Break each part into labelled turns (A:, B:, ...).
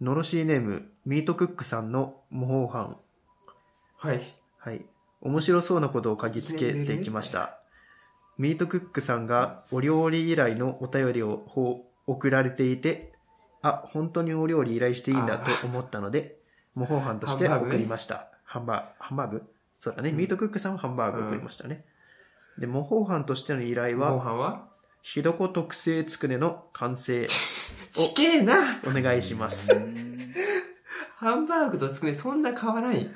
A: のろしーネーム、ミートクックさんの模倣犯。
B: はい。
A: はい。面白そうなことを嗅ぎつけていきました。ミートクックさんがお料理依頼のお便りをほう送られていて、あ、本当にお料理依頼していいんだ
B: あ
A: と
B: ー
A: 思ったので、模倣犯として
B: ハンバーグね
A: 送りました。ハンバーグ、ハンバーグそうだね、
B: うん
A: ミートクックさんはハンバーグ送りましたね。で、模倣犯としての依頼
B: ご
A: は、
B: 飯は
A: ひどこ特製つくねの完成、
B: ちけえな
A: お願いします。
B: ハンバーグとつくね、そんな変わらない。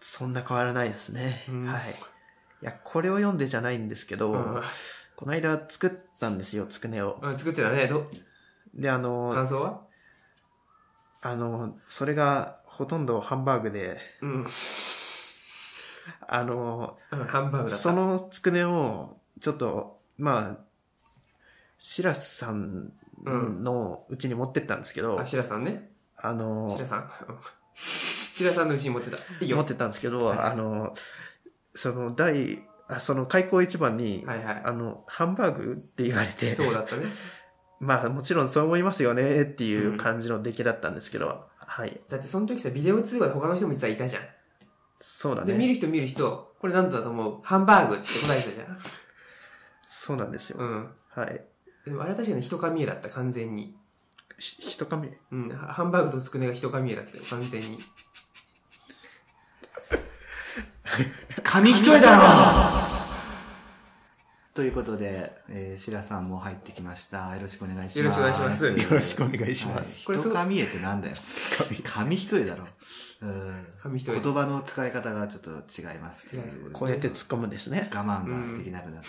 A: そんな変わらないですね。
B: うん
A: はい。いや、これを読んでじゃないんですけど、
B: うん
A: この間作ったんですよ、つくねを。
B: うん、作ってたね。ど
A: で、あの、
B: 感想は
A: あの、それがほとんどハンバーグで、
B: うん。
A: あの、
B: うんハンバーグだった。
A: そのつくねを、ちょっと、まあ、しらすさんのうちに持ってったんですけど、
B: あ、シラさんね。
A: あの
B: シラ、さん。うんシラさんのうちに持ってた。いいよ。
A: 持ってたんですけど、
B: はい
A: あの、その第、あその開口一番に、
B: はいは
A: あの、ハンバーグって言われ
B: い。
A: て、
B: そうだったね。
A: まあもちろんそう思いますよねっていう感じの出来だったんですけど、はい。
B: だってその時さ、ビデオ通話で他の人も実はいたじゃん。
A: そうだ
B: で、見
A: ね。
B: る人見る人、これ何だと思うハンバーグって答えてたじゃん。
A: そうなんですよ。
B: うん。
A: はい。
B: でもあれは確かに人神絵だった、完全に。
A: ひひとかみ、
B: うん。ハンバーグとつくねが人神絵だったよ、完全に。
C: 紙一重だろ
D: ということで、えー、白さんも入ってきました。よろしくお願いします。
B: よろしくお願いしますよ
C: ろしくお願いします
D: は
B: これ
D: い、
B: す
D: 人
B: ごい
D: 紙絵ってなんだよ。紙一重だろ。うん。
B: 紙一重。
D: 言葉の使い方がちょっと違いますってい
B: 違います
D: う。
A: こうやって突っ込むんですね。
D: 我慢ができなくなって。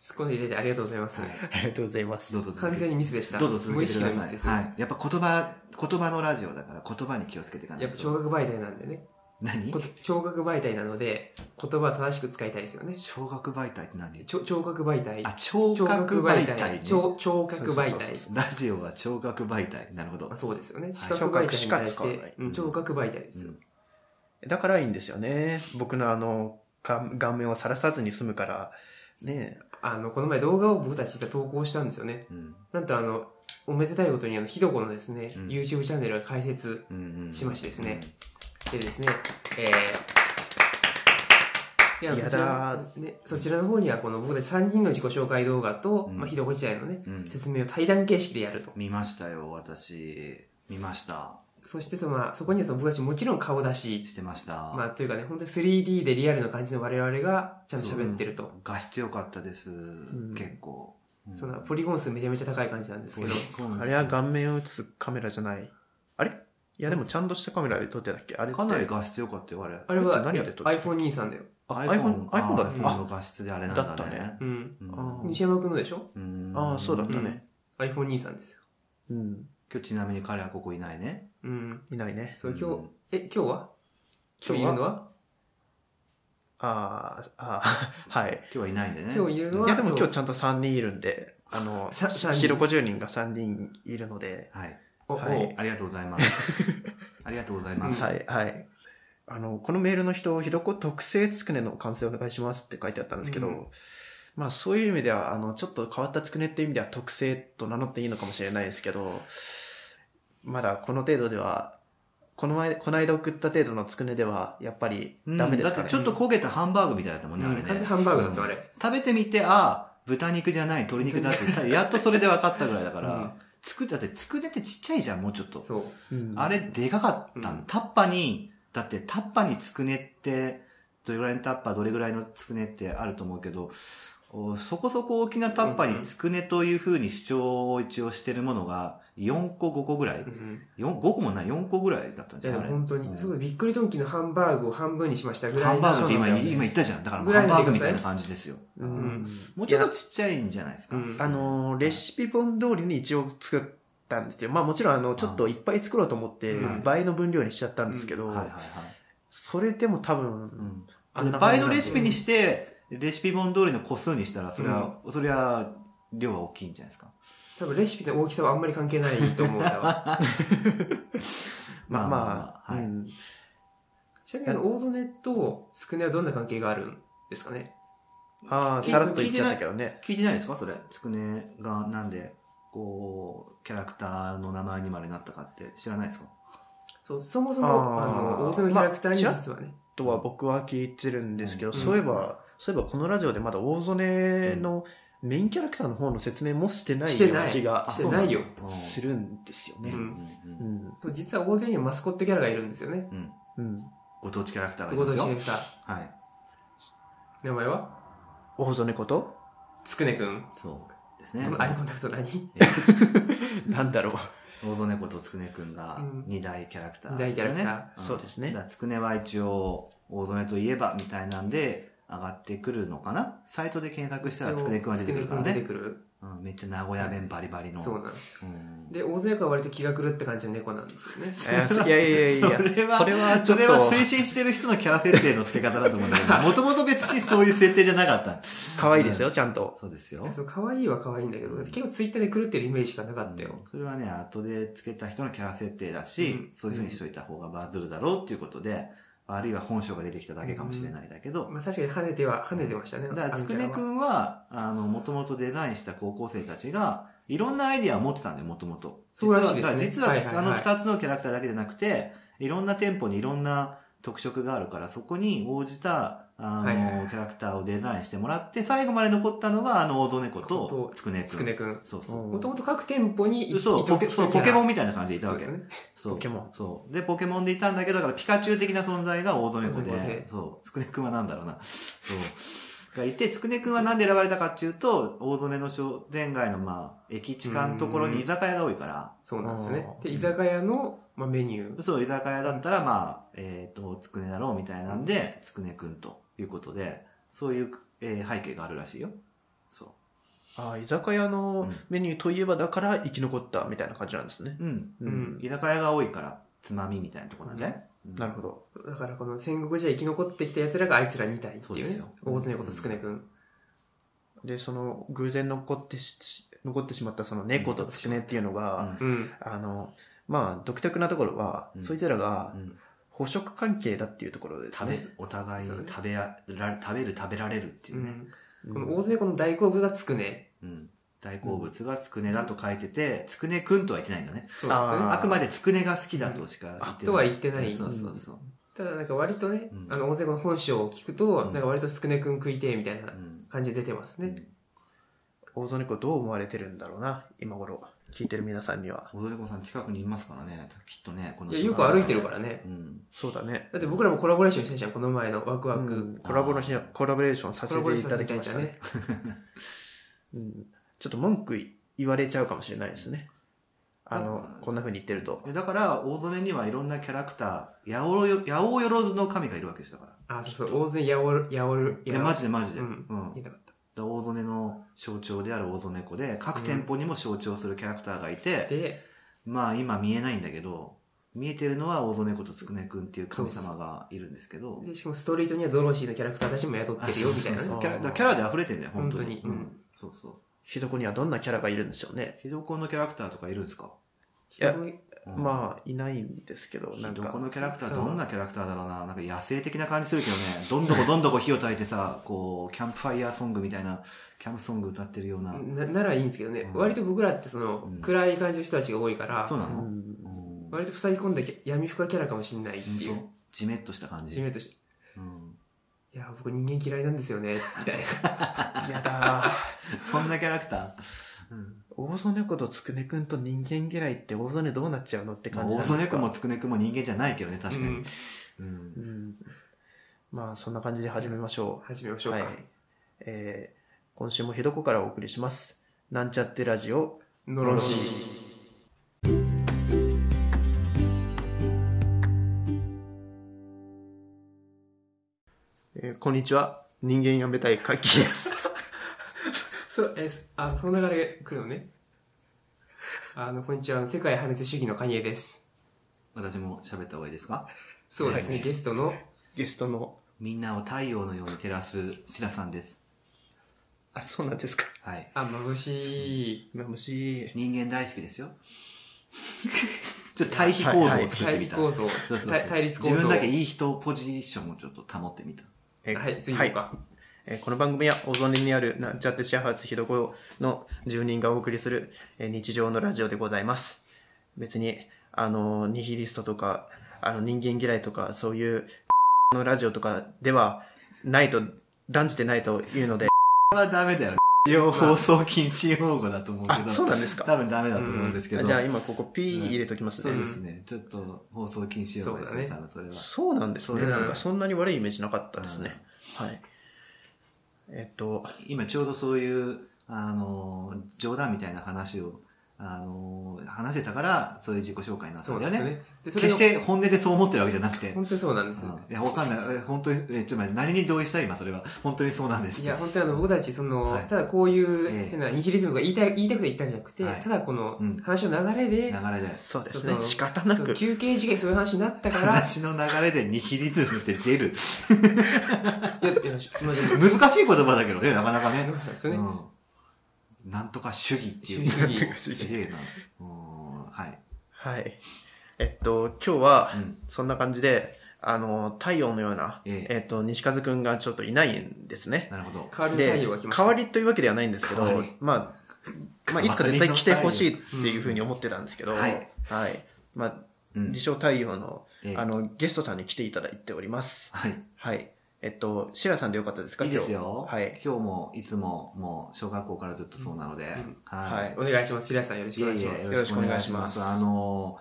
B: 突っ込んでいただいてありがとうございます。
D: はい。はい。
A: ありがとうございます
D: ど。うぞ続
B: 完
D: けて
B: 全にミスでした。
D: どうぞ続
B: 無
D: け
B: 意
D: て
B: 識
D: く
B: の
D: だ
B: ミス
D: さい。
B: です。
D: はい。やっぱ言葉、言葉のラジオだから言葉に気をつけていかない
B: やっぱ聴
D: と。
B: 覚媒体なんでね。
D: 何
B: こ聴覚媒体なので、言葉を正しく使いたいですよね。
D: 聴覚媒体って何
B: 聴聴覚媒体。
D: あ、聴覚媒体ね。
B: 聴聴覚媒
D: そうそう
B: 体
D: そう。そうラジオは聴覚媒体。なるほど
B: まあ。そうですよね。視
A: 聴
B: 覚媒
A: 覚
B: 体
A: し
B: に
A: か
B: 対し
A: 使わない
B: て、うん聴覚媒体ですよ。
A: だからいいんですよね。僕のあの、か顔面をさらさずに済むから、ね
B: あの、この前動画を僕たち実は投稿したんですよね。
D: うん。うん
B: なんとあの、おめでたいことにあの、ひどこのですね、
D: うん
B: YouTube チャンネルが開設
D: うんうん
B: しましてですね。でですね、えー、いや
A: や
B: そちら
A: だ
B: ね、そちらの方にはこの僕たち3人の自己紹介動画と、
D: うん
B: まあ、ひどこ時代のね、
D: うん
B: 説明を対談形式でやると。
D: 見ましたよ、私。見ました。
B: そしてその、まあ、そこにはその僕たちもちろん顔出し、
D: してました。
B: まあ、というかね、本当に 3D でリアルな感じの我々がちゃんと喋ってると。
D: 画質良かったです。
A: ん
D: 結構。うん
B: そんなポリゴン数めちゃめちゃ高い感じなんですけど、
D: ポリゴン
A: あれは顔面を映すカメラじゃない。あれいやでもちゃんとしたカメラで撮ってたっけあれって
D: かなり画質良かったよ、あれ。
B: あれは
A: 何で撮ってた
B: iPhone 兄さんだよ。
A: あ iPhone、iPhone だね。
D: iPhone の
A: あ、
D: 画質であれなん
A: だ
D: だ
A: った
D: ね
A: ね。
B: うん。
D: うん
A: うん
B: 西山くんのでしょ
D: うん
A: あーそうだったね。
B: ?iPhone 兄さんですよ。
A: うん。
D: 今日ちなみに彼はここいないね。
B: うん。
A: いないね。
B: そう、
D: う
B: 今
D: ん
B: 日、え、今日は今日いるのは
A: あーあー、 はい。
D: 今日はいないんでね。
B: 今日いるの
A: い
B: は
A: やでも今
B: そう
A: 日ちゃんと3人いるんで、あの、
B: さ三人
A: ひろこ10人が3人いるので、
D: はい。
B: お、
A: はい
B: お
D: ありがとうござい ます。ありがとうございます。
A: はい、はい。あの、このメールの人、ひろこ特製つくねの完成お願いしますって書いてあったんですけど、
B: うん
A: まあそういう意味では、あの、ちょっと変わったつくねっていう意味では特製と名乗っていいのかもしれないですけど、まだこの程度では、この前、この間送った程度のつくねでは、やっぱり
D: うん
A: ダメです
D: だ
A: かね
D: ってち。ょっと焦げたハンバーグみたいだったもんね、あれね。
B: 完全にハンバーグだったあれ。
D: 食べてみて、ああ、豚肉じゃない、鶏肉だって、やっとそれで分かったぐらいだから、つく、だってつくねってちっちゃいじゃん、もうちょっと。
B: そう。
A: うん
D: あれ、でかかった
B: う
D: の、
B: ん
D: タッパに、だってタッパにつくねって、どれぐらいのタッパ、どれぐらいのつくねってあると思うけど、おそこそこ大きなタッパにつくねというふうに主張を一応してるものが、4個5個ぐらい
B: うん。
D: ?4、5個もない、4個ぐらいだったん
B: い
D: じゃ
B: や、
D: な
B: で
D: い
B: も本当
D: う
B: に、
D: ん
B: それこそビックリドンキーのハンバーグを半分にしましたぐらい
D: ハ
B: の
D: ンバーグって
B: そ
D: 今、
B: うなんだよ
D: 今
B: ね
D: 言ったじゃん。だからも
B: ぐ
D: う
B: らい
D: ハン
B: にしてくださ
D: バー
B: い
D: グみたいな感じですよ。
A: う
B: うんん。
D: もうちょっとちっちゃいんじゃないですか。
B: うん
A: あのー、レシピ本通りに一応作ったんですよ。まあもちろん、あの、ちょっといっぱい作ろうと思って
B: うん、
A: 倍の分量にしちゃったんですけど、
D: はいはいはい。
A: それでも多
D: う
A: 分、
D: ん
A: あんな
D: バ
A: 感
D: イ
A: じな
D: ト
A: んで
D: レシピにして、レシピ本通りの個数にしたら、それは、それは、量は大きいんじゃないですか。
B: 多分レシピの大きさはあんまり関係ないと思うんだ わ。
A: まあま
D: まあ
A: あ、
D: まあは
A: う
D: い
A: ん
B: ちなみにあの、大曽根とつくねはどんな関係があるんですかね
A: ああ、さらっと言っちゃったけどね。
D: 聞いてないですかそれ。つくねが、なんで、こう、キャラクターの名前にまでなったかって知らないですか
B: そうそもそ
A: あ
B: もあ
A: ー
B: の大津のキャラクターに
A: まあ
B: 実はね、
A: とは僕は聞いてるんですけど、
B: うん
A: そういえば、そういえばこのラジオでまだ大曽根のメインキャラクターの方の説明もしてない
B: して
A: よう
B: ない
A: な気が
B: してないよ
A: するんですよね。
D: う
A: うんん
D: うん
B: そう実は大勢にはマスコットキャラがいるんですよね。
D: うん
A: うん
D: ご当地キャラクターが
B: そ
D: い
B: こ
D: ま
B: と
D: す
B: キャラ
D: よ
B: クター。
D: はい。
B: 名前は
A: 大曽根こと
B: つくねくん。
D: そうですね
B: こ。のアイコンタクト何
D: えー
A: なん だろう。
D: 大曽根ことつくねくんが
B: うん
D: 二大キャラクター
B: 二大キャラクター
D: ん
A: そうですね
D: だからつくねは一応、大曽根といえばみたいなんで上がってくるのかなサイトで検索したらつくねくんが出てくるから
B: つくねくん出て。
D: ね
B: くる
D: うんめっちゃ名古屋弁バリバリの。
B: そうなんです。
D: うん
B: で、大勢役は割と気が狂った感じの猫なんです よね。
A: いやいやいやいや、
D: それは
A: それはちょ
D: そ
A: っ
D: れは推
A: と
D: 進してる人のキャラ設定の付け方だと思うんだけど、もともと別にそういう設定じゃなかった。
A: 可愛いですよ、ちゃんと。
D: そうですよ。
B: そう、可愛いは可愛いんだけど、結構ツイッターで狂ってるイメージしかなかったよ。
D: それはね、後でつけた人のキャラ設定だし、
B: うん
D: そういう風にしといた方がバズるだろうっていうことで、あるいは本性が出てきただけかもしれないだけど、
B: まあ確かに跳ねては、跳ねてましたね。
D: だから、
B: あ
D: つ
B: のキ
D: く
B: ャラ
D: ね
B: は
D: くんは、あの、もともとデザインした高校生たちが、いろんなアイディアを持ってたんだよ、もともと。
B: そうらしいですね
D: 実は、だから実は
B: はいはいはい
D: あの二つのキャラクターだけじゃなくて、いろんな店舗にいろんな特色があるから、そこに応じた、あの、
B: はいはいはい
D: キャラクターをデザインしてもらって、最後まで残ったのが、あの、大曽根子と
B: と、
D: つくねくん。
B: つくねくん。
D: そうそう。
B: もともと各店舗にい
D: そう
B: いと
D: ポ
B: け
D: ケそう
B: いと
D: ポ
B: け
D: ケモンみたいな感じでいた
B: そう
D: わ
B: で
D: け
B: すよね。
D: そう
A: ポケモン
D: そうでポケモンでいたんだけどだからピカチュウ的な存在が大曽根子
B: 大曽根子
D: で
B: で
D: そうつくねくんはなんだろうなそうがいてつくねくんはなんで選ばれたかっていうと大曽根の商店街のまあ駅地下のところに居酒屋が多いから
B: そうなんですよね
A: あ。ー
B: で、居酒屋の、まあ、メニュー。
D: そう居酒屋だったらまあえっ、とつくねだろうみたいなんでつくねくんということでそういう、えー背景があるらしいよそう
A: ああ、居酒屋のメニューといえばだから生き残ったみたいな感じなんですね。
D: うん
A: う
B: うんん。
D: 居酒屋が多いからつまみみたいなとこなんじゃない、うん
A: なるほど。
B: だからこの戦国時代生き残ってきた奴らがあいつら2体って
D: そう
B: い
D: で
B: う
D: す
B: ね
D: よ。
B: 大津猫とつくねくん。
A: で、その、偶然残ってしし残ってしまったその猫とつくねっていうの
D: う
A: が、
D: ん
B: うん。
A: あの、まあ、独特なところは、
D: うん
A: そいつらが
D: うん
A: 捕食関係だっていうところです
D: 食べ
A: ね。
D: お互いに
B: そうね
D: 食べやら食べる食べられるっていううね、
B: ん
A: うん
B: この大津猫の大好物がつくね。
D: うん大好物がつくねだと書いてて、つくねくんとは言ってないんだよね
B: そうです
A: あ
B: ね
A: ー。
D: あくまでつくねが好きだとしか言ってない、
B: とは言ってない。
D: そうそうそう、
B: ただなんか割とね
D: うん、
B: あの、大勢の本性を聞く
D: う
B: と
D: ん、
B: なんか割とつくねくん食いてえみたいうなん感じで出てますね。
A: 大曽根子どう思われてるんだろうな、今頃。聞いてる皆さんには。
D: 踊り子さん近くにいますからねきっとねこの、
B: いや、よく歩いてるかららね。
D: うん、
A: そうだね。
B: だって僕らもコラボレーションしたじゃん、この前のワクワ
A: う
B: ク
A: ん。コラボの日コラボレーションさせていただきましたね。うん、ちょっと文句言われちゃうかもしれないですね。あの、こんな風に言ってると。
D: えだから大曽根にはいろんなキャラクター八百よ八百万の神がいるわけですだから
B: あ、そうそう、大勢やおる、やおる、
D: いやマジでマジで、
B: う
D: うん
B: 言いたかっ
D: だ大曽根の象徴である大曽根子で各店舗にも象徴するキャラクターがいて
B: た。、で、
D: まあ今見えないんだけど、見えてるのは大曽根ことつくねくんっていう神様がいるんですけど、
B: でしかもストリートにはドロシーのキャラクターたちも雇ってるよ、みたいなね
D: あそうそうそう
A: ね
D: キャラだからキャラで溢れてるんだよ、本当に。
B: 本当に
D: う
B: うん
D: ん。そうそう。
A: ひどこにはどんなキャラがいるんでしょうね。
D: ひどこのキャラクターとかいるんですか
B: ひどい
D: あ。
A: まあ、いないんですけど、
D: ひ
A: なん
D: どこ
A: か、
D: のキャラクターどんなキャラクターだろうな。なんか野生的な感じするけどね、どんどこどんどこ火を焚いてさ、こう、キャンプファイヤーソングみたいな、キャンプソング歌ってるような。
B: なならいいんですけどね、
D: うん
B: 割と僕らってその、
D: うん
B: 暗い感じの人たちが多いから
D: そうな
A: う
D: の
A: ん、
D: うん
B: 割と塞ぎ込んだ闇深キャラかもしれないって
D: ほん
B: いう
D: とじめっとした感
B: じ
D: じ。
B: めっとして
D: うん
B: いや僕人間嫌いなんですよねみたいな
A: やだー。
D: そんなキャラクターうん
A: 大曽根子とつくねくんと人間嫌いって大曽根どうなっちゃうのって感じなん
D: 大
A: ですか
D: 曽根くんもつくねくんも人間じゃないけどね、 確か
B: う
D: に
B: ん。
D: うん
A: うん、まあそんな感じで始めましょ
B: 始めまし
A: う
B: ょう
A: は
B: か、
A: いえー今週もひどこからお送りしますなんちゃってラジオ
B: の
A: ロ
B: ろ
A: ン
B: し
A: シー、えーこんにちは人間やめたいカキです
B: そうえーあその流れ来るのねあのこんにちは世界破滅主義のカニエです
D: 私も喋った方がいいですか
B: そうですね、
D: はい
B: ゲストの
A: ゲストの
D: みんなを太陽のように照らすシラさんです。
A: あそうなんですか
D: はい。
B: あ眩しい
A: 今虫
D: 人間大好きですよ。 ちょっと対比構造を作って
B: 対
D: み
B: 立
D: た。
B: 構造
D: そうそうそう
B: 対対立構造
D: 自分だけいい人ポジションをちょっと保ってみた
A: え
B: はい次
A: は
B: 行こ
A: いう
B: か、
A: えーこの番組は大曽根にあるなんちゃってシェアハウスひどこの住人がお送りする、えー日常のラジオでございます。別に、あの、ニヒリストとか、あの、人間嫌いとか、そういうのラジオとかではないと、断じてないというので、
D: はダメだよね。用放送禁止用語だと思うけ
A: あ
D: ど。、
A: そうなんですか
D: 多分ダメだと思うんですけど。
A: あじゃあ今ここ P 入れときます
D: そう
A: ね。
D: ですね。ちょっと放送禁止用語ですね、
B: そ
D: 多分それは。
A: そうなんですね。
D: そうです
A: なんかそんなに悪いイメージなかったですね。はい。えっと、
D: 今ちょうどそういう、あの、冗談みたいな話を、あの、話してたから、そういう自己紹介になった
B: そ
D: ん
B: う
D: だ
B: な
D: よ
B: んで
D: ね。
B: すね。で、それ
D: 決
B: が
D: して本音でそう思ってるわけじゃなくて。うん
B: 本当にそうなんです。
D: いや、わかんない。え本当に、えちょっと待って、何に同意した今、それは。本当にそうなんです。
B: いや、本当にあの、僕たち、その、
D: はい
B: ただこういう
D: ええ
B: 変なニヒリズムが言いたい、言いたくて言ったんじゃなくて、
D: はい
B: ただこの
D: うん
B: 話の流れで、
D: 流れだよ。
A: そうです
B: そう
A: ね。
B: そう
A: 仕方な
B: その
A: く。
B: 休憩時間にそういう話になったから、
D: 話の流れでニヒリズムって出る。
B: いや、いや、しまあ、でも、
D: 難しい言葉だけどね、なかなかね。
B: なんですよね。
D: うん、なんとか主義っていう。
B: 主義なんとか
A: 主義
D: すげえな。うんはい。
A: はい。えっと、今日は
D: うん、
A: そんな感じで、あの、太陽のような、
D: え
A: え
D: え
A: っと、西和くんがちょっといないんですね。
D: なるほど。
B: 代わりの
A: で
B: 太陽が来、ました。
A: 代わりというわけではないんですけど
D: 代わり、
A: まあ、まあ、いつか絶対来てほしいっていうふうに思ってたんですけど、
D: うんはい。
A: はい。まあ、
D: うん
A: 自称太陽の
D: ええ、
A: あの、ゲストさんに来ていただいております。
D: はい。
A: はい。えっと、シラさんでよかったですか
D: いいです
A: 今
D: よ。
A: 日はい。
D: 今日も、いつも、もう、小学校からずっとそうなので。
B: ん
D: は。
A: はいい
B: お願いします。白井さんよろしくお願いします。
A: えよろしくお願いします
D: よろくお願いあの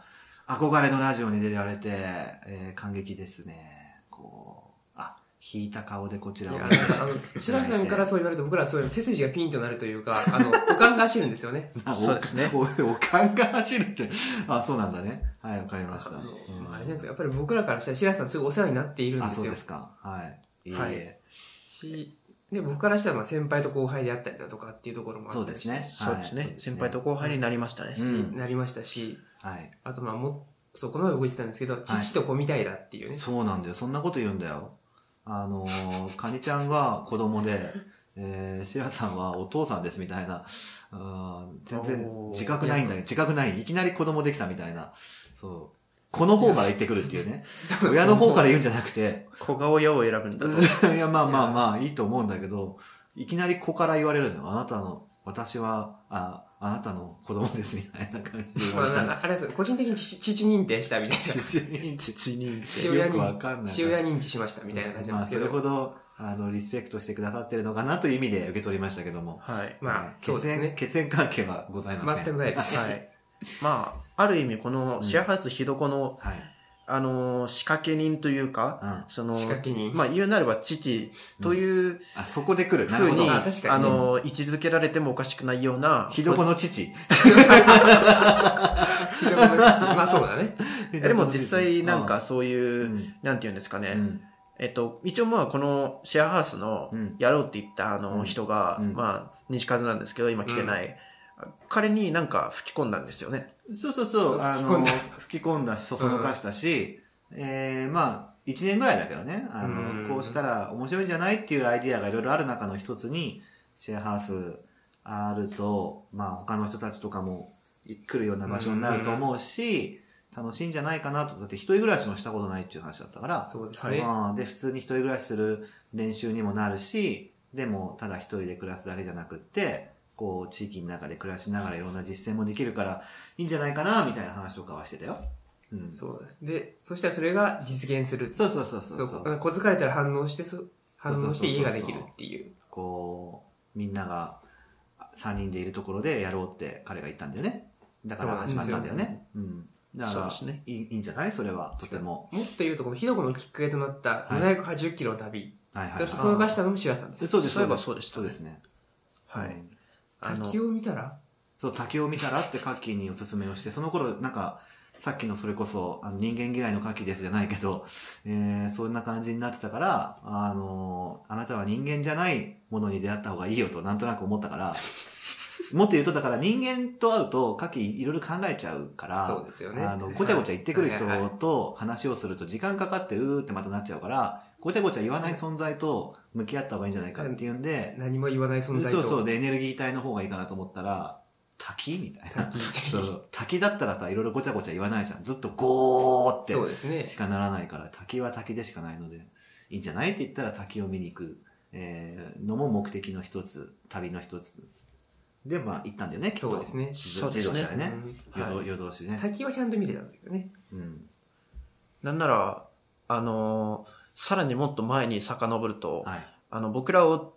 D: ー、憧れのラジオに出られて、えー感激ですね。こう、あ、引いた顔でこち
B: い
D: らを
B: や
D: 見
B: あ
D: て。
B: の、あの白井さんからそう言われると僕らはそういう背筋がピンとなるというか、あの、おかんが走るんですよね。
D: あお
A: そうですね
D: お、おかんが走るって。あ、そうなんだね。はい、わかりました。
B: あの
D: うん
B: あれなんですよやっぱり僕らからしたら白井さんすごいお世話になっているん
D: あ、
B: で
D: そう
B: すよ
D: で。すか。はい。いいえ、
A: はい
B: し、で、僕からしたらまあ先輩と後輩であったりだとかっていうところもあった
D: そ
B: り
D: うですね。
A: そうですね。先輩と後輩になりましたね。
D: うん
B: しなりましたし、
D: はい。
B: あとまあも、そう、この前僕言ってたんですけど、父と子みたいだっていうね。
D: そうなんだよ。そんなこと言うんだよ。あのー、カニちゃんは子供で、えー、シラさんはお父さんですみたいな、あー全然
A: おー
D: 自覚ないんだよ。自覚ない。いきなり子供できたみたいな。そう。この方から言ってくるっていうね。親の方から言うんじゃなくて、
A: 小顔親を選ぶん だと。
D: いや、まあまあまあ、いいと思うんだけど、いきなり子から言われるの。あなたの、私は、あ、あなたの子供ですみたいな感じで言
B: ま
D: わ れ
B: あ、
D: た
B: なあれはそう個人的に父父認定したみたいな。
D: 父に父
A: に
B: 父親
D: よくわ
B: 認
D: かんない
B: 父親認知しましたみたいな感じなんですけど。
D: そうそうまあ、それほど、あの、リスペクトしてくださってるのかなという意味で受け取りましたけども。
A: はい。
B: まあ、
D: 血
B: そうです
D: 縁、
B: ね。
D: 血縁関係はございません。
B: 全くないです。
A: はい。まあ、ある意味、このシェアハウスひどこの、
D: はい。
A: あのー仕掛け人というか、
D: うん
A: その
B: 仕、掛け人。
A: まあ、言うなれば父という
D: あ、そこで来る。な
A: ふ
D: る
A: う
D: ほ
A: に、
D: ど。
B: あ
A: あ
B: 確かにね
A: のー位置づけられてもおかしくないような、
D: ひどこの父。
B: まあそうだね。
A: えでも実際なんかそう
D: う
A: いう、
D: ん、
A: なんて言うんですかね、
D: うん。
A: えっと、一応まあこのシェアハウスの
D: うん
A: やろうって言ったあ
D: うん
A: の人が、
D: うん
A: まあ西和なんですけど今来てない、彼になんか吹き込んだんですよね。
D: そうそうそう、
B: そう
D: あ
B: 吹き込
D: の
B: んだ、
D: 吹き込んだし、そそのかしたし、えー、まあ、一年ぐらいだけどね、あ
B: うん
D: の、こうしたら面白いんじゃないっていうアイディアがいろいろある中の一つに、シェアハウスあると、まあ、他の人たちとかも来るような場所になると思うし、楽しいんじゃないかなと。だって一人暮らしもしたことないっていう話だったから、
B: そうですね。
D: まあで、普通に一人暮らしする練習にもなるし、でも、ただ一人で暮らすだけじゃなくって、こう、地域の中で暮らしながらいろんな実践もできるから、いいんじゃないかな、みたいな話とかはしてたよ。うん。そう
B: そうで、そしたらそれが実現する。
D: そうそうそうそう。
B: そう小遣いたら反応して、そ反応して家ができるっていう。
D: こう、みんなが3人でいるところでやろうって彼が言ったんだよね。だから始まったんだよね。うん。だか
A: そう
D: ら、
A: ですね
D: いいいいんじゃないそれは、とても。
B: もっと言うと、このひどこのきっかけとなった
D: はい
B: 780キロの旅。
D: はいはい
B: そ
D: はい。
B: してその化したのも白さんです。
D: そうです。
A: そういえばそうでした
D: そうですね。
A: は
D: う
A: い。
D: ん
A: あの
B: 滝、を見たら
D: そう、竹を見たらってカッキーにおすすめをして、その頃、なんか、さっきのそれこそ、あの人間嫌いのカッキーですじゃないけど、 えー、そんな感じになってたから、あのーあなたは人間じゃないものに出会った方がいいよと、なんとなく思ったから、 もっと言うと、だから人間と会うと、カッキーいろいろ考えちゃうから、
B: そうですよね。
D: あの、ごちゃごちゃ言ってくる人
B: はいはいはい
D: と話をすると時間かかってうーってまたなっちゃうから、ごちゃごちゃ言わない存在と向き合った方がいいんじゃないかっていうんで、
B: 何も言わない存在
D: そ
B: と。
D: うそうでエネルギー体の方がいいかなと思ったら滝みたいな
B: 滝っていう
D: そう滝だったらさいろいろごちゃごちゃ言わないじゃんずっとゴー
B: そう
D: っ
B: ですね
D: て。しかならないから滝は滝でしかないのでいいんじゃないって言ったら滝を見に行くえーのも目的の一つ、旅の一つ。で、まあ、行ったんだよね、
B: そうですね
D: 自
A: そうですね
D: 自動車でね。
A: うん
D: 夜通夜通しね。
B: 滝はちゃんと見れたんだけどね。
D: うん。
A: なんなら、あのーさらにもっと前に遡ると、
D: はい。
A: あの、僕らを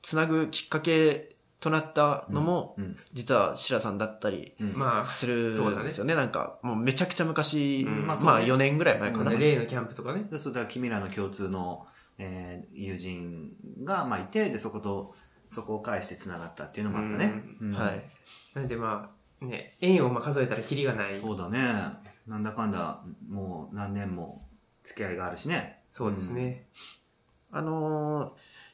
A: つなぐきっかけとなったのも、
D: うん。
A: 実はシラさんだったり
D: うん
B: まあ、
A: するんです
B: そうだ
A: よ
B: ね
A: ね。なんか、もうめちゃくちゃ昔、
B: う
A: ま
B: ん
D: ま
A: あ、
D: あそうね
A: 4年ぐらい前か
D: う
A: な。
D: ん
B: 例のキャンプとかね。
D: で、それでは君らの共通の、えー友人が、まあ、いて、で、そこと、そこを介して繋がったっていうのもあったね。うん
A: はい。
B: なんでまあ、ね、円をまあ数えたらキリがない。
D: そうだね。なんだかんだ、もう何年も付き合いがあるしね。
B: そうですね。
A: あのー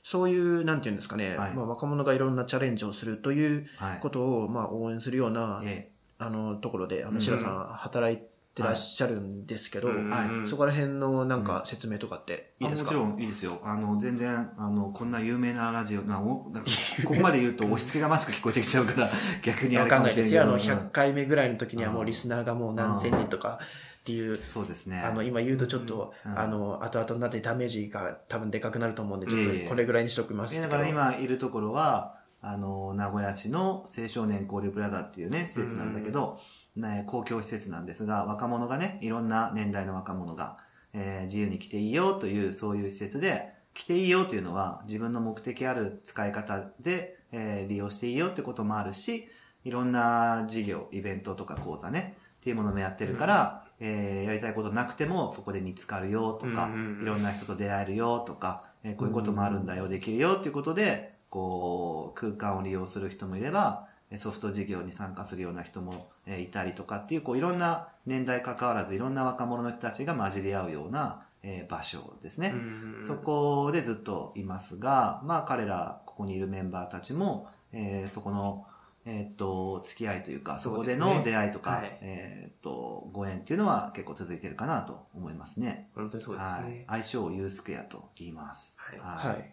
A: そういう、なんていうんですかね、
D: はい
A: まあ、若者がいろんなチャレンジをするという
D: はい。
A: ことを、まあ、応援するような、
D: え
A: あの、ところで、あ
D: う
A: の、
D: ん
A: シラさんは働いてらっしゃるんですけど、
B: うん
D: はい
B: うん
A: そこら辺のなんか説明とかって
D: え
A: いいですか、
D: あもちろんいいですよ。あの、全然、あの、こんな有名なラジオ、なおなんかここまで言うと押し付けがましく聞こえてきちゃ うから、逆に
A: わ
D: あれ
A: か
D: か
A: ん
D: も
A: ない
D: しれ
A: で
D: ない
A: す
D: け
A: よ。あ
D: ど。
A: の、
D: うん
A: 100回目ぐらいの時にはもうリスナーがもう何千人とかっていう、
D: そうですね。
A: あの、今言うとちょっと、
D: うん
A: あの、後々になってダメージが多分でかくなると思うんで、ちょっ
D: いえいえ
A: とこれぐらいにしときます
D: え
A: けど。
D: だから今いるところは、あの、名古屋市の青少年交流プラザっていうね、施設なんだけど、ね、公共施設なんですが、若者がね、いろんな年代の若者が、えー自由に来ていいよという、そういう施設で、来ていいよというのは、自分の目的ある使い方で、えー利用していいよってこともあるし、いろんな事業、イベントとか講座ね、っていうものもやってるから、えーやりたいことなくてもそこで見つかるよとか、
B: うんうんうん
D: いろんな人と出会えるよとか、えーこういうこともあるんだよ、できるよっていうことで、こう、空間を利用する人もいれば、えーソフト事業に参加するような人もえーいたりとかっていう、こう、いろんな年代関わらず、いろんな若者の人たちが混じり合うような、えー場所ですね。
B: うん
D: そこでずっといますが、まあ彼ら、ここにいるメンバーたちも、えーそこの、えーっと、付き合いというか、そ
B: そ
D: こ
B: うで
D: です
B: ね
D: の出会いとか、
B: はい
D: えーっと、ご縁っていうのは結構続いてるかなと思いますね。
B: 本当にそうですね。
D: はい。愛称をユースクエアと言います。
B: はい
A: はい。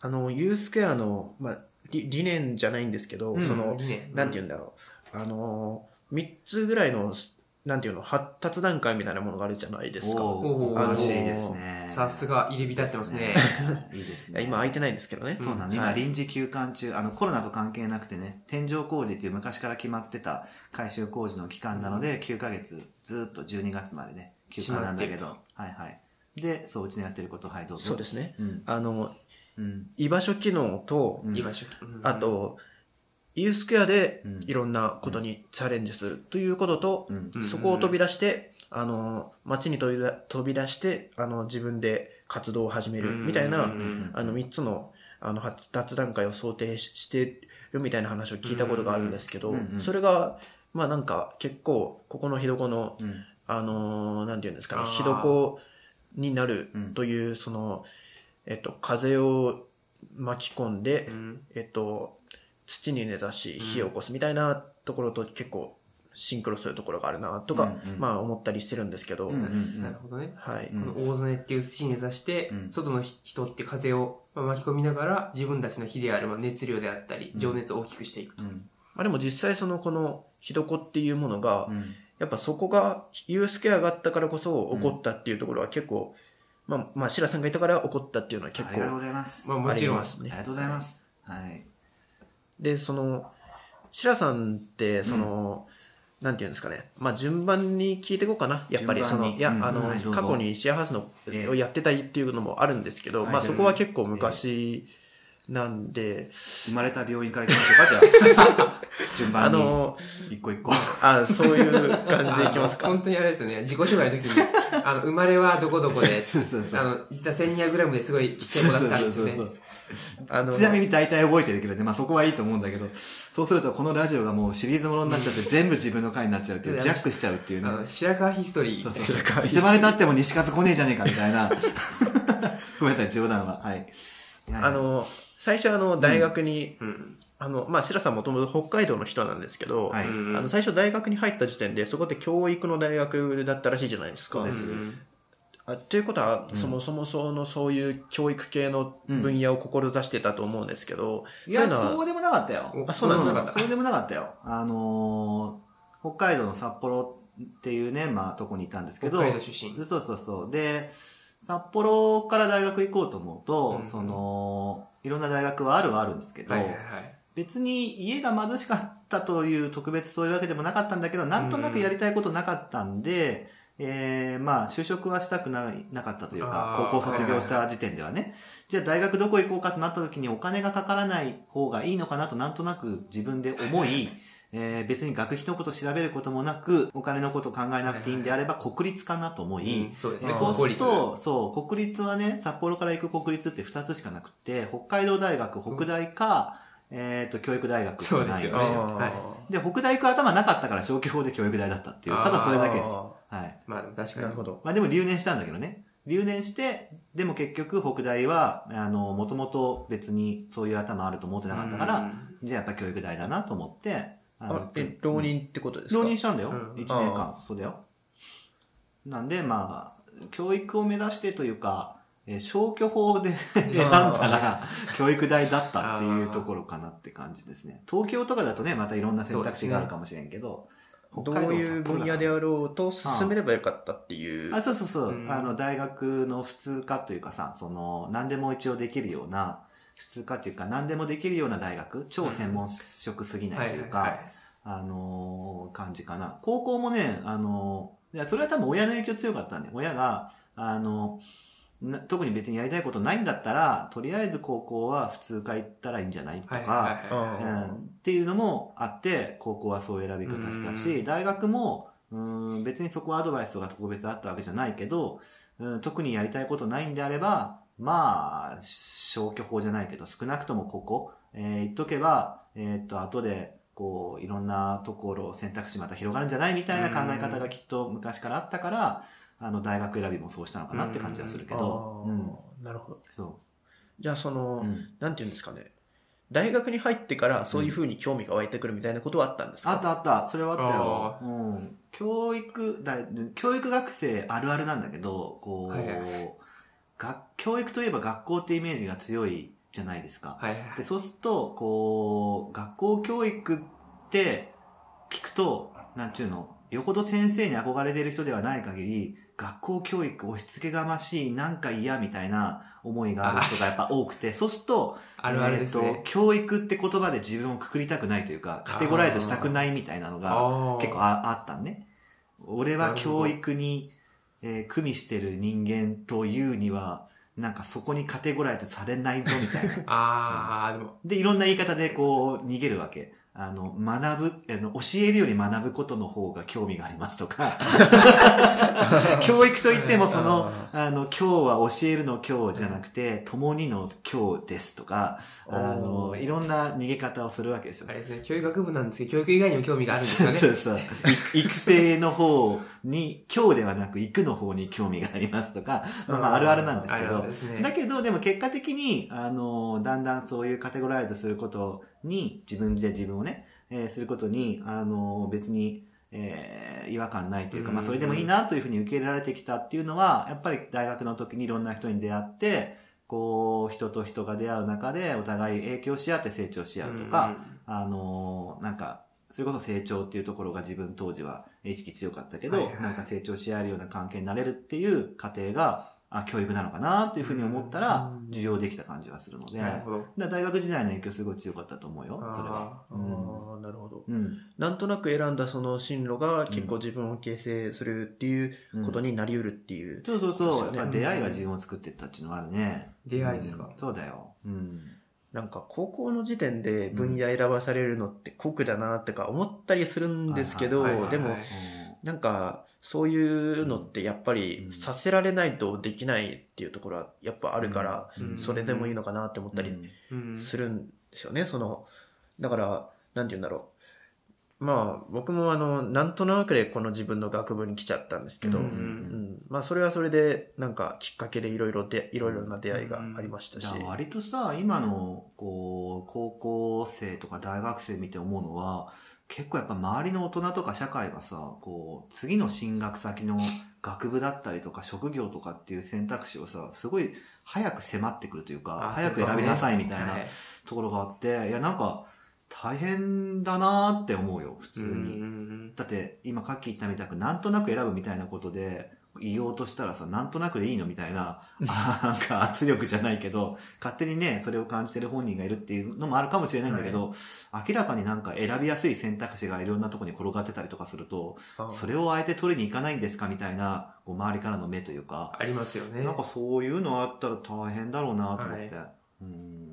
A: あの、ユースケアの、まあ、理理念じゃないんですけど、
D: うん
A: その、
B: 理念
A: なんて言うんだろう。あの、3つぐらいの、なんていうの、発達段階みたいなものがあるじゃないですか。
D: おーお
B: あのー
D: 詳しいですね。
B: さすが入り浸ってますね。
D: いいです
A: い
D: ね。
A: や今空いてないんですけどね。
D: そうなの、
A: は
D: 今
A: い
D: 臨時休館中、あのコロナと関係なくてね、天井工事っていう昔から決まってた改修工事の期間なので、9ヶ月、ずっと12月までね、休館なんだけど、
B: 閉ま
D: はいはい。で、そう、うちのやってること、はい、どうぞ。。
A: そうですすね。
D: うん。
A: あの、
D: うん。
A: 居場所機能と、
D: うん
B: 居場所。うん
A: あ、と、ユースケアで
D: うん
A: いろんなことにチャレンジするということと、
D: うん。
B: うん
A: そこを飛び出して、あの、街に飛びだ飛び出して、あの、自分で活動を始めるみたいな、
B: うんうん
A: あの、3つの、あの、発達段階を想定ししてるみたいな話を聞いたことがあるんですけど
D: うんうんうん、
A: それが、まあなんか結構、ここのひどこの、
D: うん。
A: あのーなんて言うんですかね
B: あ、ー
A: ひどこになるという、その、えっと、風を巻き込んで、
B: うん
A: えっと、土に根ざし火を起こすみたいなところと結構シンクロするところがあるなとか、
D: うんうん
A: まあ思ったりしてるんですけど、
D: うんうん
B: なるほどね。
A: はい、
D: うん
B: この大曽根っていう土に根ざして、
D: うん
B: 外の人って風をまあ巻き込みながら、自分たちの火であるまあ熱量であったり、
D: うん
B: 情熱を大きくしていくと。
D: うん。
A: まあでも実際そのこのひどこっていうものが、
D: うん。
A: やっぱそこがユースケアがあったからこそ起こったっていうところは結構、まあまあシラさんがいたから起こったっていうのは結
D: ありがとうご
A: 構
D: ざいます。
B: まあ
D: あ
B: もちろ
A: あり
B: ん。
A: ます
D: り
A: ね
D: がとうございます。はい。
A: でそのシラさんってその、なんていうんですかね、まあ、順番に聞いていこうかな、やっぱりそ
D: 順番
A: の、
D: に
A: いや、
D: うん
A: あの、
D: はいどう
A: 過
D: ぞ
A: 去にシェアハウスの
D: ええ
A: をやってたりっていうのもあるんですけど、
D: はい
A: まあ、そこは結構昔なんで、
D: 生まれた病院から行きましょうか、じゃあ。順
A: あ
D: 番に。
A: の、
D: 一個一個。
A: あそういう感じでいきます
B: あ
A: か。
B: 本当にあれですよね。自己紹介の時に、あの、生まれはどこどこで、
D: そうそうそう
B: あの、実は 1200g ですごいちっちゃい子だったんですよね。
A: あの
D: ちなみに大体覚えてるけどね、まあそこはいいと思うんだけど、そうするとこのラジオがもうシリーズものになっちゃって全部自分の回になっちゃうっていう、ジャックしちゃうっていう
B: あ
D: ね。
B: の、白川ヒストリー。
D: そうそう。いつまで経っても西風来ねえじゃねえかみたいな。 ごめんなさい、冗談は。はい。いや
A: あ、の、最初、あの、大学に、
B: うん。
A: あの、まあ、シラさんもともと北海道の人なんですけど、
D: はい
B: うん
A: あの、最初大学に入った時点で、そこって教育の大学だったらしいじゃないですか。
D: そう
B: う
D: です
B: ん
A: あということは、
D: うん
A: そもそもそのそういう教育系の分野を志してたと思うんですけど、
D: いや、
A: の
D: そう
A: は
D: でもなかったよ。
A: あそうなんですか
D: そうでもなかったよ。あのー北海道の札幌っていうね、まあとこにいたんですけど、
B: 北海道出身。
D: そうそうそう。で、札幌から大学行こうと思うと、
B: うん
D: その、いろんな大学はあるはあるんですけど、
B: はいはいはい。
D: 別に家が貧しかったという特別そういうわけでもなかったんだけど、なんとなくやりたいことなかったんで、えーまあ、就職はしたくないなかったという
B: あ
D: か
B: ー、
D: 高校卒業した時点ではね。じゃあ大学どこ行こうかとなった時にお金がかからない方がいいのかなとなんとなく自分で思い、えー別に学費のこと調べることもなく、お金のこと考えなくていいんであれば国立かなと思い、
B: うんそうです
D: で
B: ね。
D: そうする
B: 効
D: と、そう、国立はね、札幌から行く国立って2つしかなくて、北海道大学、北大か、えっ、と、教育大学しかない
B: そうですよ
A: あ
B: ね
D: よねで、北大行く頭なかったから消去法で教育大だったっていう、ただそれだけです。
A: あ
D: はい。
B: 率まあでも確
A: ー
B: かに。
A: なるほど。
D: まあでも留年したんだけどね。留年して、でも結局北大は、あの、もともと別にそういう頭あると思ってなかったから、じゃあやっぱ教育大だなと思って、あ
A: あ、え、浪人ってことですか
D: 浪人したんだよ、
B: うん
D: 1年間そうだよなんでまあ教育を目指してというか、えー消去法で選んだら 教育大だったっていうところかなって感じですね東京とかだとねまたいろんな選択肢があるかもしれんけど、
A: ど
D: 北海
A: う
D: 道
A: いう分野であろうと進めればよかったっていう。
D: あそうそうそう、
B: うん
D: あの大学の普通科というかさその何でも一応できるような普通科というか何でもできるような大学超専門職すぎないというか、
B: はいはいはい
D: あのー感じかな。高校もね、あのーいや、それは多分親の影響強かったんで、親が、あのな特に別にやりたいことないんだったら、とりあえず高校は普通科行ったらいいんじゃないとか、
B: はいはいはいは
A: あ
D: うん、っていうのもあって、高校はそういう選び方した
B: う
D: し、大学も、うん、別にそこはアドバイスが特別だったわけじゃないけど、うん、特にやりたいことないんであれば、まあ、消去法じゃないけど、少なくともここ、えー言っとけば、えーっと、後で、こう、いろんなところ、選択肢また広がるんじゃないみたいな考え方がきっと昔からあったから、あの、大学選びもそうしたのかなって感じはするけど、
A: あー
D: うん、
A: なるほど。
D: そ
A: じゃあその、
D: う。うん
A: なんていうんですかね。大学に入ってからそういうふうに興味が湧いてくるみたいなことはあったんですか
D: あったあった。それはあったよ。うん。教育だ、教育学生あるあるなんだけど、こう、
B: はいは
D: が教育といえば学校ってイメージが強いじゃないですか。
B: はいはい
D: で、そうすると、こう、学校教育って聞くと、なんちゅうの、よほど先生に憧れてる人ではない限り、学校教育押し付けがましい、なんか嫌みたいな思いがある人がやっぱ多く て、そうすると、
B: あるあるです
D: えーと
B: ね。
D: 教育って言葉で自分をくくりたくないというか、カテゴライズしたくないみたいなのが
B: あー
D: 結構ああったんね。俺は教育に、えー、組みしてる人間というには、なんかそこにカテゴライズされないぞみた いな。
B: あー、でも、
D: で、いろんな言い方でこう逃げるわけ。あの、学ぶ、あの、教えるより学ぶことの方が興味があります とか。教育といってもその、
A: あ
D: あの、今日は教えるの今日じゃなくて、共にの今日ですとか、
A: おー
D: あの、いろんな逃げ方をするわけですよ
B: あ。れですね、教育学部なんですけど、教育以外にも興味があるんです
D: そう
B: よね。
D: そうそう。い 育成の方に、今日ではなく、行くの方に興味がありますとか、まあまあ、あるあるなんです
B: あ
D: け
B: るあ
D: ど
B: る、です
D: だ
B: ね。
D: けど、でも結果的に、あの、だんだんそういうカテゴライズすることに、自分で自分をね、えーすることに、あの、別に、えー違和感ないというか、まあ、それでもいいなというふうに受け入れられてきたっていうのは、やっぱり大学の時にいろんな人に出会って、こう、人と人が出会う中で、お互い影響し合って成長し合うとか、あの、なんか、それこそ成長っていうところが自分当時は意識強かったけど、
B: はいはい
D: なんか成長し合えるような関係になれるっていう過程が、あ、教育なのかなっていうふうに思ったら
A: うん、
D: 受容できた感じはするの
B: う
D: で、
B: ん。なる
D: だか
B: ほど。
D: ら大学時代の影響すごい強かったと思うよ、
B: あー
D: それは。
A: ーあー、なるほど。
D: うん。
A: なんとなく選んだその進路が結構自分を形成するっていう
D: うん
A: ことになりうるっていう。
D: そうそうそう。
A: そうですよね
D: やっぱ出会いが自分を作っていったっていうのはあるね。
B: 出会いですか
D: うん。そうだよ。うん。
A: なんか高校の時点で分野選ばされるのって酷だなってか思ったりするんですけ
D: うん
A: ど
B: はいはいは、い
A: でもなんかそういうのってやっぱり
D: うん
A: させられないとできないっていうところはやっぱあるから、
B: うん
A: それでもいいのかなって思ったり
B: うん
A: するんですよね、そのだからなんて言うんだろうまあ僕もあのなんとなくでこの自分の学部に来ちゃったんですけど、
D: う
A: うんんまあそれはそれでなんかきっかけでいろいろでいろいろな出会いがありました
D: じ
A: し、
D: ゃあ割とさ、今の、こう、高校生とか大学生見て思うのは、結構やっぱ周りの大人とか社会がさ、こう、次の進学先の学部だったりとか職業とかっていう選択肢をさ、すごい早く迫ってくるというか、
B: あ
D: 早く選びなさいみたいな
B: はい
D: ところがあって、いやなんか大変だなーって思うよ、普通
B: うんう
D: に。
B: んうん
D: だって今カッキー言ったみたくなんとなく選ぶみたいなことで言おうとしたらさ、なんとなくでいいのみたいな、あー なんか圧力じゃないけど、勝手にね、それを感じてる本人がいるっていうのもあるかもしれないんだけど、明らかになんか選びやすい選択肢がいろんなとこに転がってたりとかすると、
A: あ
D: それをあえて取りに行かないんですかみたいな、こう周りからの目というか、
B: ありますよね。
D: なんかそういうのあったら大変だろうなと思って。うん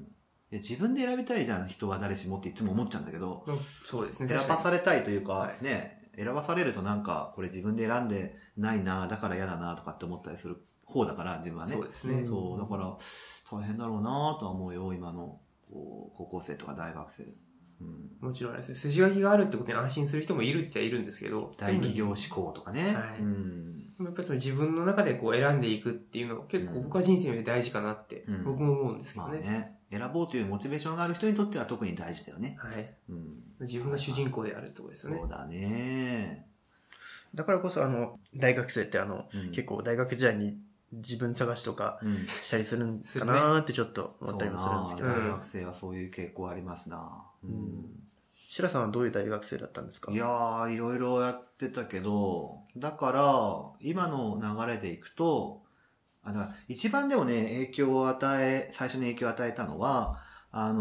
D: いや自分で選びたいじゃん、人は誰しもっていつも思っちゃうんだけど、
B: うんそうですね。
D: 選
B: 確
D: ば
B: か
D: されたいというか、
B: はい
D: ね、選ばされるとなんか、これ自分で選んでないな、だから嫌だなとかって思ったりする方だから、自分は
B: に
D: ね。
B: そうですね。
D: そうだから、大変だろうなとは思うよ、今の、こう高校生とか大学生。うん。
B: もちろんあれですね筋書きがあるってことに安心する人もいるっちゃいるんですけど、
D: 大企業志向とかね。
B: はい
D: うん。
B: でもやっぱりその自分の中でこう選んでいくっていうのは結構僕は人生より大事かなって
D: うん
B: 僕も思うんですけ
D: ま
B: ど
D: あ
B: ね。
D: ね、選ぼうというモチベーションがある人にとっては特に大事だよね。
B: はい。
D: うん。
B: 自分が主人公であるってことですよね
D: そう。だね。
A: だからこそ、あの、大学生ってあの、
D: うん
A: 結構大学時代に自分探しとか
D: うん。
A: したりするんかなーってちょっと思
D: そ
A: っ
D: う
A: たり
D: だ
A: もするんですけど
B: そう。な
D: 大学生はそういう傾向ありますな。う
A: うん
D: ん
A: シラさんはどういう大学生だったんですか
D: いやー、いろいろやってたけど、だから、今の流れでいくと、あだから一番でもね、影響を与え、最初に影響を与えたのは、あ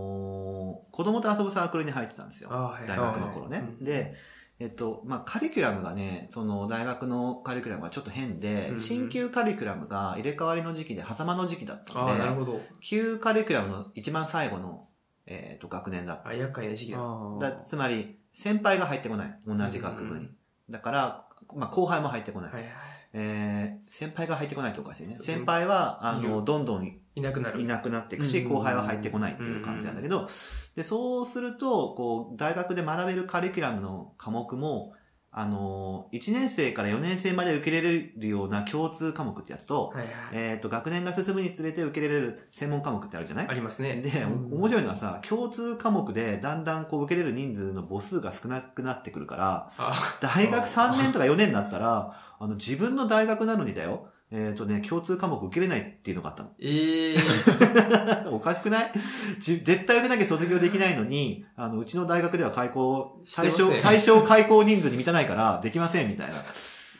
D: のー子供と遊ぶサークルに入ってたんですよ。
B: ああ、はい。
D: 大学の頃
B: は
D: ね
B: い。、
D: で、えっと、まあ、カリキュラムがね、その大学のカリキュラムがちょっと変で
B: う、ん
D: 新旧カリキュラムが入れ替わりの時期で、狭間の時期だった
B: ああ、なる
D: ので、
B: ほど。
D: 旧カリキュラムの一番最後の、えっと、学年だった
B: あ厄介な時期だ。
A: あ
D: だ
A: ー
D: つまり先輩が入ってこない同じ学部
B: う
D: に、
B: ん
D: だから、まあ、後輩も入ってこない、
B: はいはい。
D: えー先輩が入ってこないとおかしいね
B: そう
D: 先輩はあ
B: いる
D: のどんどん
B: いなくなる。
D: いなくなっていくし、
A: うん
D: 後輩は入ってこないっていう感じなんだけど、でそうするとこう大学で学べるカリキュラムの科目もあの1年生から4年生まで受け入れれるような共通科目ってやつと,、
B: はいはい。
D: えー、と学年が進むにつれて受け入れれる専門科目ってあるじゃない
B: ありますね。
D: で、
A: うん
D: お面白いのはさ、共通科目でだんだんこう受けれる人数の母数が少なくなってくるから、
B: あ
D: 大学
A: あー
D: 3年とか4年になったら、あの、自分の大学なのにだよ、えっ、とね、共通科目受けれないっていうのがあった
B: ええ
D: の。おかしくないじ絶対受けなきゃ卒業できないのに、あの、うちの大学では開校、
B: してま
D: 最
B: せん
D: 小、最小開校人数に満たないから、できません、みたいな。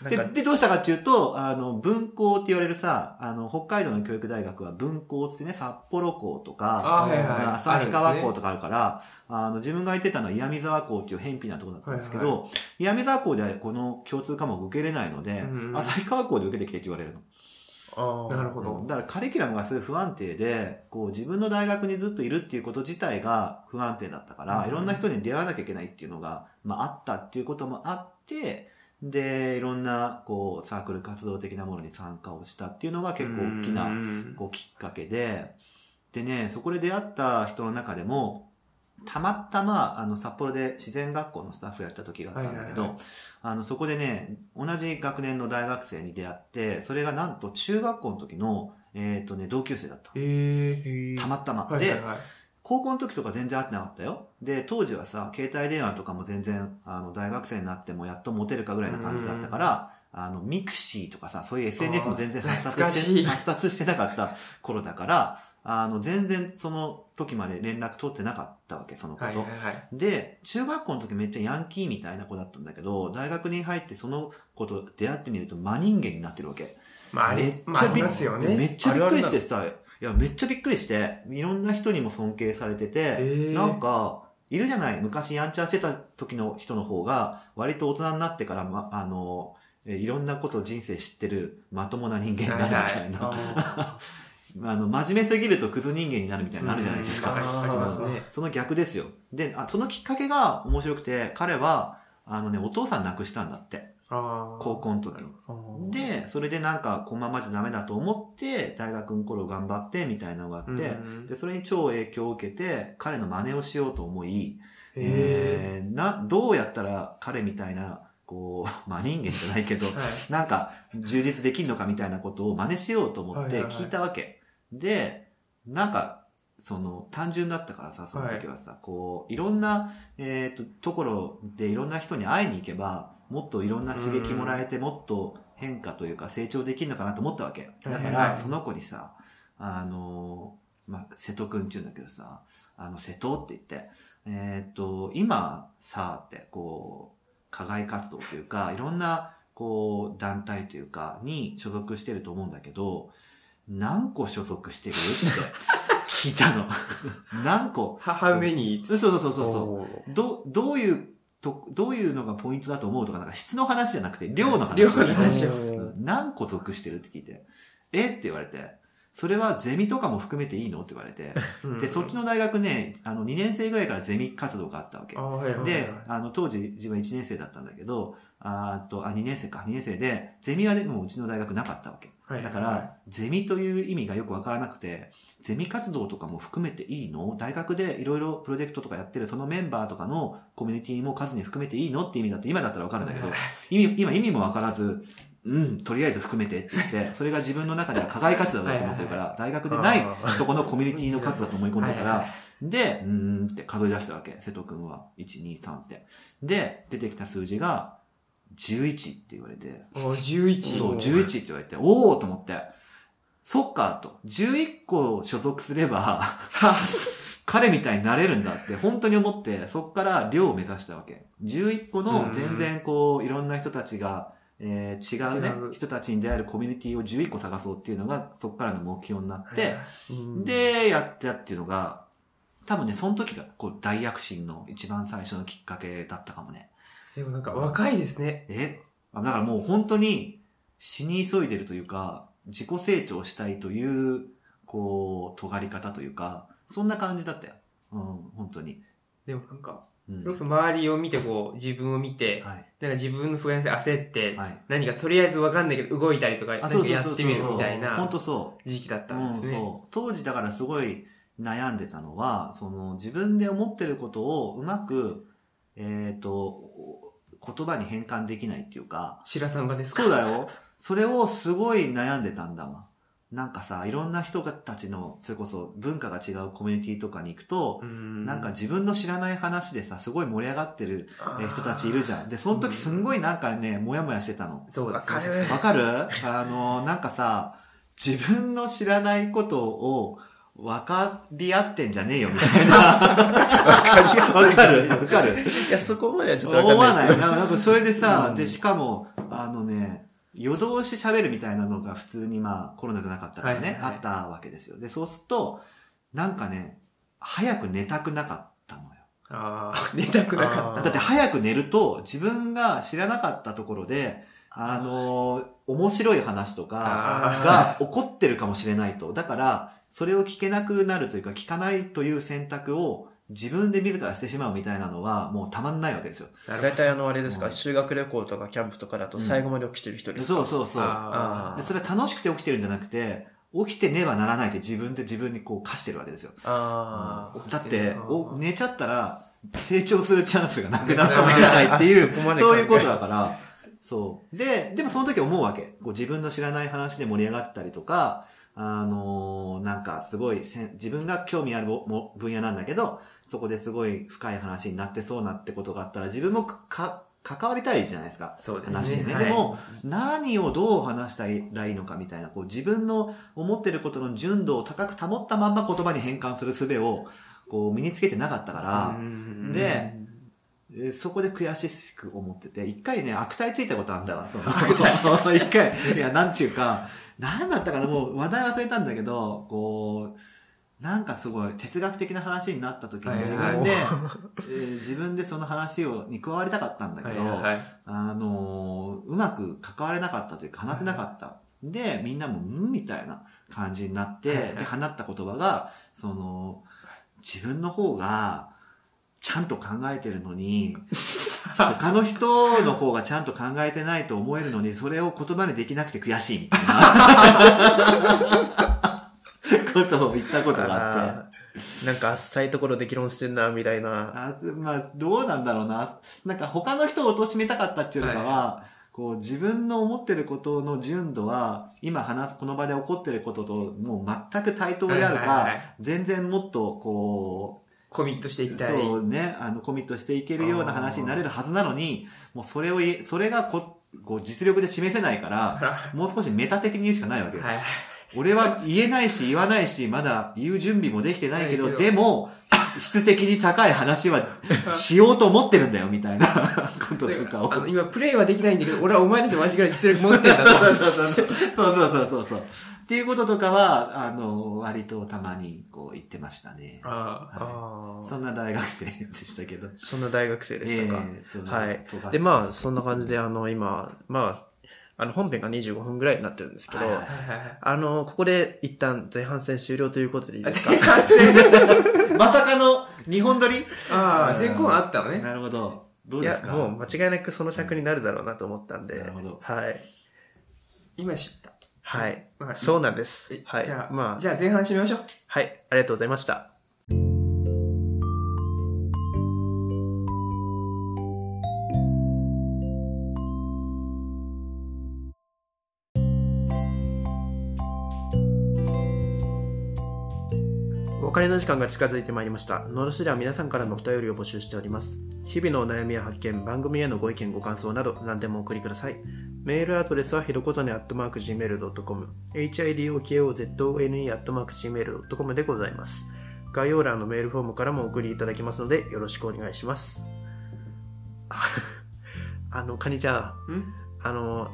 A: なん
D: で
A: か、
D: で、どうしたかっていうと、あの、文校って言われるさ、あの、北海道の教育大学は文校っつってね、札幌校とか、
B: あはいはい
D: ま
B: ある
D: あ
B: ん
D: 旭
B: ですね
D: 川校とかあるから、あの、自分が行ってたのは岩見沢校っていう偏僻なところだったんですけど、
B: はい
D: 岩見沢校ではこの共通科目受けれないので
B: う、ん
D: 旭川校で受けてきてって言われるの。
A: あー
B: なるほど。
D: だからカリキュラムがすごい不安定で、こう自分の大学にずっといるっていうこと自体が不安定だったから、
B: うん
D: いろんな人に出会わなきゃいけないっていうのが、まああったっていうこともあって、で、いろんなこうサークル活動的なものに参加をしたっていうのが結構大き
B: う
D: なんこうきっかけで、でね、そこで出会った人の中でも、たまたま、あの、札幌で自然学校のスタッフやった時があったんだけど、
B: はいは
D: あの、そこでね、同じ学年の大学生に出会って、それがなんと中学校の時の、えっ、とね、同級生だった。
B: ええ
D: たまたま。
B: はい
D: で、
B: はいはい。
D: 高校の時とか全然会ってなかったよ。で、当時はさ、携帯電話とかも全然、あの、大学生になってもやっと持てるかぐらいな感じだったから、あの、ミクシーとかさ、そういう SNS も全然発
B: あー懐か
D: 達
B: し
D: し
B: い
D: て、発達してなかった頃だから、あの、全然その時まで連絡取ってなかったわけ、そのこと。
B: はいはいはい。
D: で、中学校の時めっちゃヤンキーみたいな子だったんだけど、大学に入ってその子と出会ってみると真人間になってるわけ。
B: まあ、あ
D: め
B: れ
D: っ、
B: ま
D: ち
B: あ、あ
D: ゃび
B: り
D: っ
B: ますよ
D: め
B: ね。
D: っちゃびっくりしてさ、いや、めっちゃびっくりして、いろんな人にも尊敬されてて、
B: ー
D: なんか、いるじゃない、昔やんちゃしてた時の人の方が、割と大人になってから、ま、あの、えいろんなこと人生知ってる、まともな人間になるみたいな。
A: あ
D: あの、真面目すぎるとクズ人間になるみたいになのあるじゃないですか。
B: うん はいありますね。
D: その逆ですよ。で、あ、そのきっかけが面白くて、彼は、あのね、お父さん亡くしたんだって。
B: ああ。
D: 高校の時に。
A: ー、
D: で、それでなんか、このままじゃダメだと思って、大学の頃頑張って、みたいなのがあって、
B: うん
D: で、それに超影響を受けて、彼の真似をしようと思い、
B: え
D: えーな、どうやったら彼みたいな、こう、まあ人間じゃないけど
B: え、はい。
D: なんか、充実できるのかみたいなことを真似しようと思って
B: はいはいはい
D: 聞いたわけ。で、なんか、その、単純だったからさ、その時はさ、こう、いろんな、えっ、と、ところでいろんな人に会いに行けば、もっといろんな刺激もらえて、もっと変化というか成長できるのかなと思ったわけ。だか
B: はいはい
D: ら、
B: はい
D: その子にさ、あのー、まあ、瀬戸くんって言うんだけどさ、あの、瀬戸って言って、えっ、と、今さ、って、こう、課外活動というか、いろんな、ここう、団体というか、に所属してると思うんだけど、何個所属してるって聞いたの。 何個
B: 母上に、
D: そうそう そうそうそう。
A: おー
D: ど、どういうと、どういうのがポイントだと思うとか、なんか質の話じゃなくて、量の話。
B: 量の話を
D: うん何個属してるって聞いて、えって言われて、それはゼミとかも含めていいのって言われて、で、そっち
B: の、
D: の大学ね、あの、2年生ぐらいからゼミ活動があったわけ
B: あ。はいはいはい
D: で、あの、当時自分は1年生だったんだけど、あーっと、あ、2年生か、2年生で、ゼミはでもうちの大学なかったわけ。
B: はい、
D: だから、ゼミという意味がよくわからなくて、ゼミ活動とかも含めていいの大学でいろいろプロジェクトとかやってるそのメンバーとかのコミュニティも数に含めていいのって意味だって、今だったらわかるんだけど、意味、今意味もわからず、うん、とりあえず含めてって言って、それが自分の中では課外活動だと思ってるから、大学でない
A: あ
D: とこのコミュニティの数だと思い込んだ
B: は
D: か
B: いは
D: ら、で、うーんって数え出したわけ、瀬戸くんは。1、2、3って。で、出てきた数字が、11って言われて、
B: お11。
D: そう、11って言われて、おおと思って、そっか、と。11個所属す れば、彼みたいになれるんだって、本当に思って、そっから寮を目指したわけ。11個の全然こう、いろんな人たちが、えー違うね
B: 違う、
D: 人たちに出会えるコミュニティを11個探そうっていうのが、そっからの目標になっ
B: はい
D: て
B: は、
A: うん
D: で、やったっていうのが、多分ね、その時が、こう、大躍進の一番最初のきっかけだったかもね。
B: い、でもなんか若いですね。
D: えあだからもう本当に死に急いでるというか、自己成長したいという、こう、尖り方というか、そんな感じだったよ。うん、本当に。
B: でもなんか、
D: うん
B: それこそ周りを見てこう、自分を見て、
D: はい。
B: なんか自分の不安性焦って、
D: はい。
B: 何かとりあえずわかんないけど動いたりとか、なんかやってみるみたい
D: 本
B: な
D: 当そ
B: 時期だっ
D: う。
B: た
D: うんん、
B: ですね。
D: そう。当時だからすごい悩んでたのは、その自分で思ってることをうまく、えっ、と、言葉に変換できないっていうか、
B: 白さんがですか
D: そうだよ。それをすごい悩んでたんだわ。なんかさ、いろんな人たちの、それこそ文化が違うコミュニティとかに行くと、
B: うん。
D: なんか自分の知らない話でさ、すごい盛り上がってるえ
A: あー
D: ー人たちいるじゃん。で、その時すんごいなんかね、もやもやしてたの。
B: そうです
A: わかる
D: わかるあの、なんかさ、自分の知らないことを分かり合ってんじゃねえよ、みたいな。 わかるわかる
A: いや、そこまではちょっとわか
D: 思
A: んない
D: わ
A: ですけ
D: な
A: ど
D: い。なんかなんかそれでさ、
A: うん
D: で、しかも、あのね、夜通し喋るみたいなのが普通にまあコロナじゃなかったからね、
B: はいはいはい
D: あったわけですよ。で、そうすると、なんかね、早く寝たくなかったのよ。
B: ああ、寝たくなかった。
D: だって早く寝ると、自分が知らなかったところで、あのー面白い話とか
B: あ
D: が起こってるかもしれないと。だから、それを聞けなくなるというか、聞かないという選択を自分で自らしてしまうみたいなのは、もうたまんないわけですよ。
B: あ、なる
A: 大体あのあれですか、
D: うん
A: 修学旅行とかキャンプとかだと最後まで起きてる人ですか、
D: そうそう
B: ほ
D: そ
B: ど。
D: う。
B: あ
A: あ
D: でそれは楽しくて起きてるんじゃなくて、起きてねばならないって自分で自分にこう課してるわけですよ。
A: あ
D: だっ
B: 起きて
D: て
B: ね
D: お、寝ちゃったら成長するチャンスがなくなるかもしれないっていう、
A: そこまで考え
D: そういうことだから、そう。で、でもその時思うわけ。こう自分の知らない話で盛り上がったりとか、あのーなんかすごいせん、自分が興味あるぼも分野なんだけど、そこですごい深い話になってそうなってことがあったら、自分もか、関わりたいじゃないですか
B: あ。そうです
D: 話で
B: ね。
D: ね。
B: はい
D: でも、何をどう話したらいいのかみたいな、こう自分の思ってることの純度を高く保ったまんま言葉に変換する術を、こう身につけてなかったか
B: うん
D: でら、えそこで悔しく思ってて、一回ね、悪態ついたことあるんだわ、そ の 一回、いや、なんちゅうか、なんだったかな、もう話題忘れたんだけど、こう、なんかすごい哲学的な話になった時に
B: はい
D: 自
B: はい
D: 分で、えー自分でその話をに加わりたかったんだ
B: は
D: け
B: い
D: ど、
B: はいはい。
D: あのーうまく関われなかったというか話せなかった。で、みんなも、んみたいな感じになって、
B: はいはい
D: で、放った言葉が、その、自分の方が、ちゃんと考えてる のに、他の人の方がちゃんと考えてないと思えるのに、それを言葉にできなくて悔しいみたい な、ことを言ったことがあって。
A: あーなんか浅いところで議論してんなみたいな
D: あまあ、どうなんだろうな。なんか他の人を貶めたかったっていうのかは、こう自分の思ってることの純度は、今話す、この場で起こってることと、もう全く対等であ
B: はいは
D: る
B: いはい
D: か、全然もっと、こ、
B: コミットしていうきたい。
D: そうね、あの、コミットしていけるような話になれるはずなのに、もうそれをい、それがこ、こう実力で示せないから、
B: は
D: もう少しメタ的に言うしかないわけ
B: い
D: よ。
B: はい。
D: 俺は言えないし言わないし、まだ言う準備もできてないけど、
B: ないけど
D: でも、質的に高い話 はしようと思ってるんだよ、みたいな こととかを
B: あ。の今プレイはできないんだけど、俺はお前たちと同じぐらい実力持ってんだと。
D: そうそうそうそうそうそう。っていうこととかは、あの、割とたまにこう言ってましたね。
B: ああ。
A: あ
D: そ
A: あ。
D: んな大学生でしたけど。
A: そんな大学生でしたか。
D: ええそう
A: はい
D: 尖って
A: で、まあ、そんな感じで、あの、今、まあ、あの、本編が25分ぐらいになってるんですけど、
D: はいは
B: は
D: い
B: いはいはい。
A: あの、ここで一旦前半戦終了ということでいい
B: あ、
A: ですか
B: 前半戦。
D: まさかの日本撮り
B: ああ、前後半あったのね。
D: なるほど。どう
A: い
D: で
A: や
D: す、か
A: もう間違いなくその尺になるだろうなと思ったんで。
D: なるほど
A: はい。
B: 今知った。
A: はい。
B: まあ
A: そうなんです
B: え。
A: はい
B: じゃ。あ、
A: まあ
B: じ、ゃあ前半締めましょう。
A: はい。ありがとうございました。お別れの時間が近づいてまいりました。のろしでは皆さんからのお便りを募集しております。日々のお悩みや発見、番組へのご意見、ご感想など何でもお送りください。メールアドレスはひろことね gmail.com、hidokozone gmail.com でございます。概要欄のメールフォームからもお送りいただけますので、よろしくお願いします。 あの、カニちゃん、
B: ん
A: あの、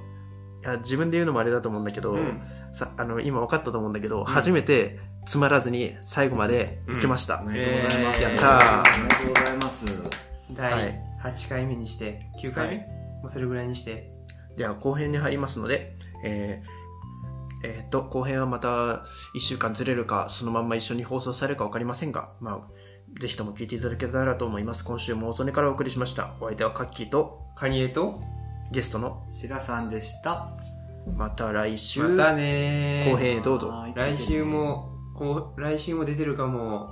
A: いや自分で言うのもあれだと思うんだけど、
B: うん
A: さあの今分かったと思うんだけど、初めてつまらずに最後まで行けました、
D: おめでとうございます。
B: えー
A: やったー
D: おめでとうございます。
B: 第8回目にして、9回目もうそれぐらいにして。
A: では後編に入りますのでえーえーと後編はまた1週間ずれるかそのまんま一緒に放送されるか分かりませんがまあぜひとも聞いていただけたらと思います今週もお曽根からお送りしましたお相手はカッキーと
B: カニエと、
A: ゲストの
D: しらさんでした。
A: また来週、
B: またねー。
A: 後編へどうぞ
D: はい
B: 来週も、こう、来週も出てるかも。